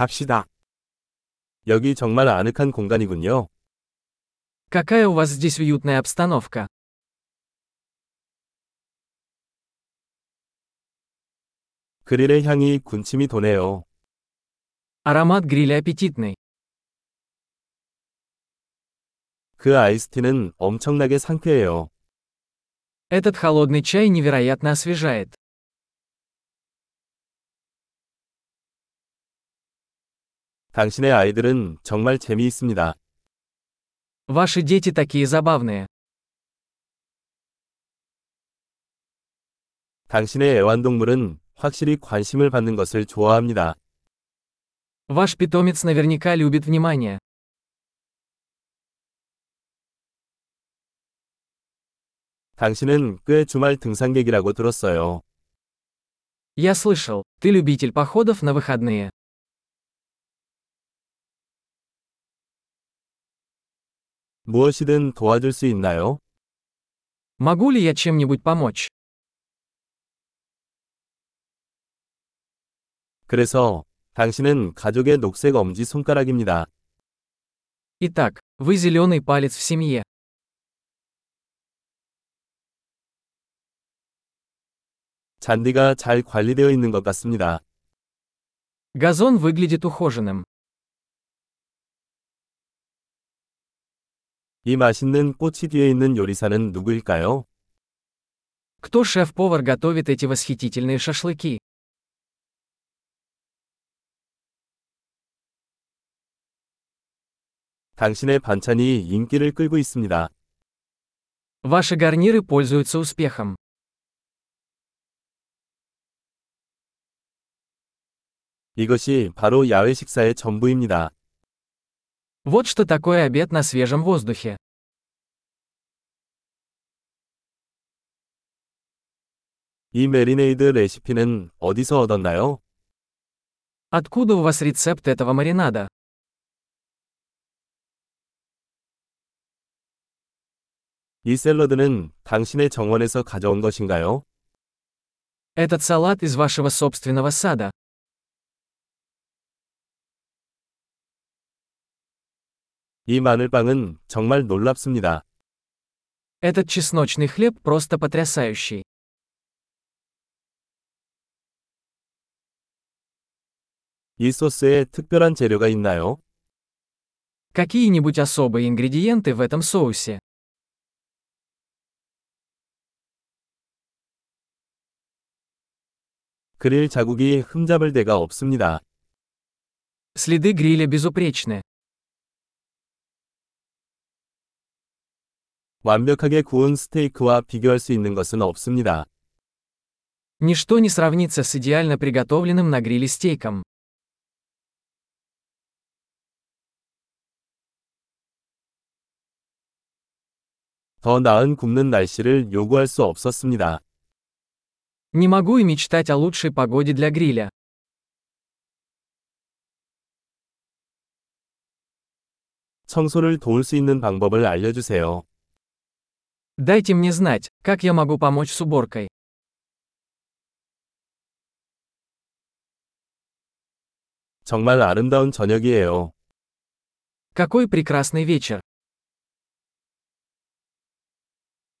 갑시다. 여기 정말 아늑한 공간이군요. Какая у вас здесь уютная обстановка. 그릴의 향이 군침이 도네요. Аромат гриля аппетитный. 그 아이스티는 엄청나게 상쾌해요. Этот холодный чай невероятно освежает. 당신의 아이들은 정말 재미있습니다. Ваши дети такие забавные. 당신의 애완동물은 확실히 관심을 받는 것을 좋아합니다. Ваш питомец наверняка любит внимание. 당신은 꽤 주말 등산객이라고 들었어요. Я слышал, ты любитель походов на выходные. 무엇이든 도와줄 수 있나요? Могу ли я чем-нибудь помочь? 그래서 당신은 가족의 녹색 엄지 손가락입니다. Итак, вы зеленый палец в семье. 잔디가 잘 관리되어 있는 것 같습니다. Газон выглядит ухоженным. 이 맛있는 꽃이 뒤에 있는 요리사는 누구일까요? Кто шеф-повар готовит эти восхитительные шашлыки? 당신의 반찬이 인기를 끌고 있습니다. Ваши гарниры пользуются успехом. 이것이 바로 야외 식사의 전부입니다. Вот что такое обед на свежем воздухе. 이 메리네이드 레시피는 어디서 얻었나요? Откуда у вас рецепт этого маринада? 이 샐러드는 당신의 정원에서 가져온 것인가요? Этот салат из вашего собственного сада. 이 마늘빵은 정말 놀랍습니다. Этот чесночный хлеб просто потрясающий. 이 소스에 특별한 재료가 있나요? Какие-нибудь особые ингредиенты в этом соусе? 그릴 자국이 흠잡을 데가 없습니다. Следы гриля безупречны. 완벽하게 구운 스테이크와 비교할 수 있는 것은 없습니다. Ничто не сравнится с идеально приготовленным на гриле стейком. 더 나은 굽는 날씨를 요구할 수 없었습니다. Не могу и мечтать о лучшей погоде для гриля. 청소를 도울 수 있는 방법을 알려주세요. Дайте мне знать, как я могу помочь с уборкой. 정말 아름다운 저녁이에요. Какой прекрасный вечер.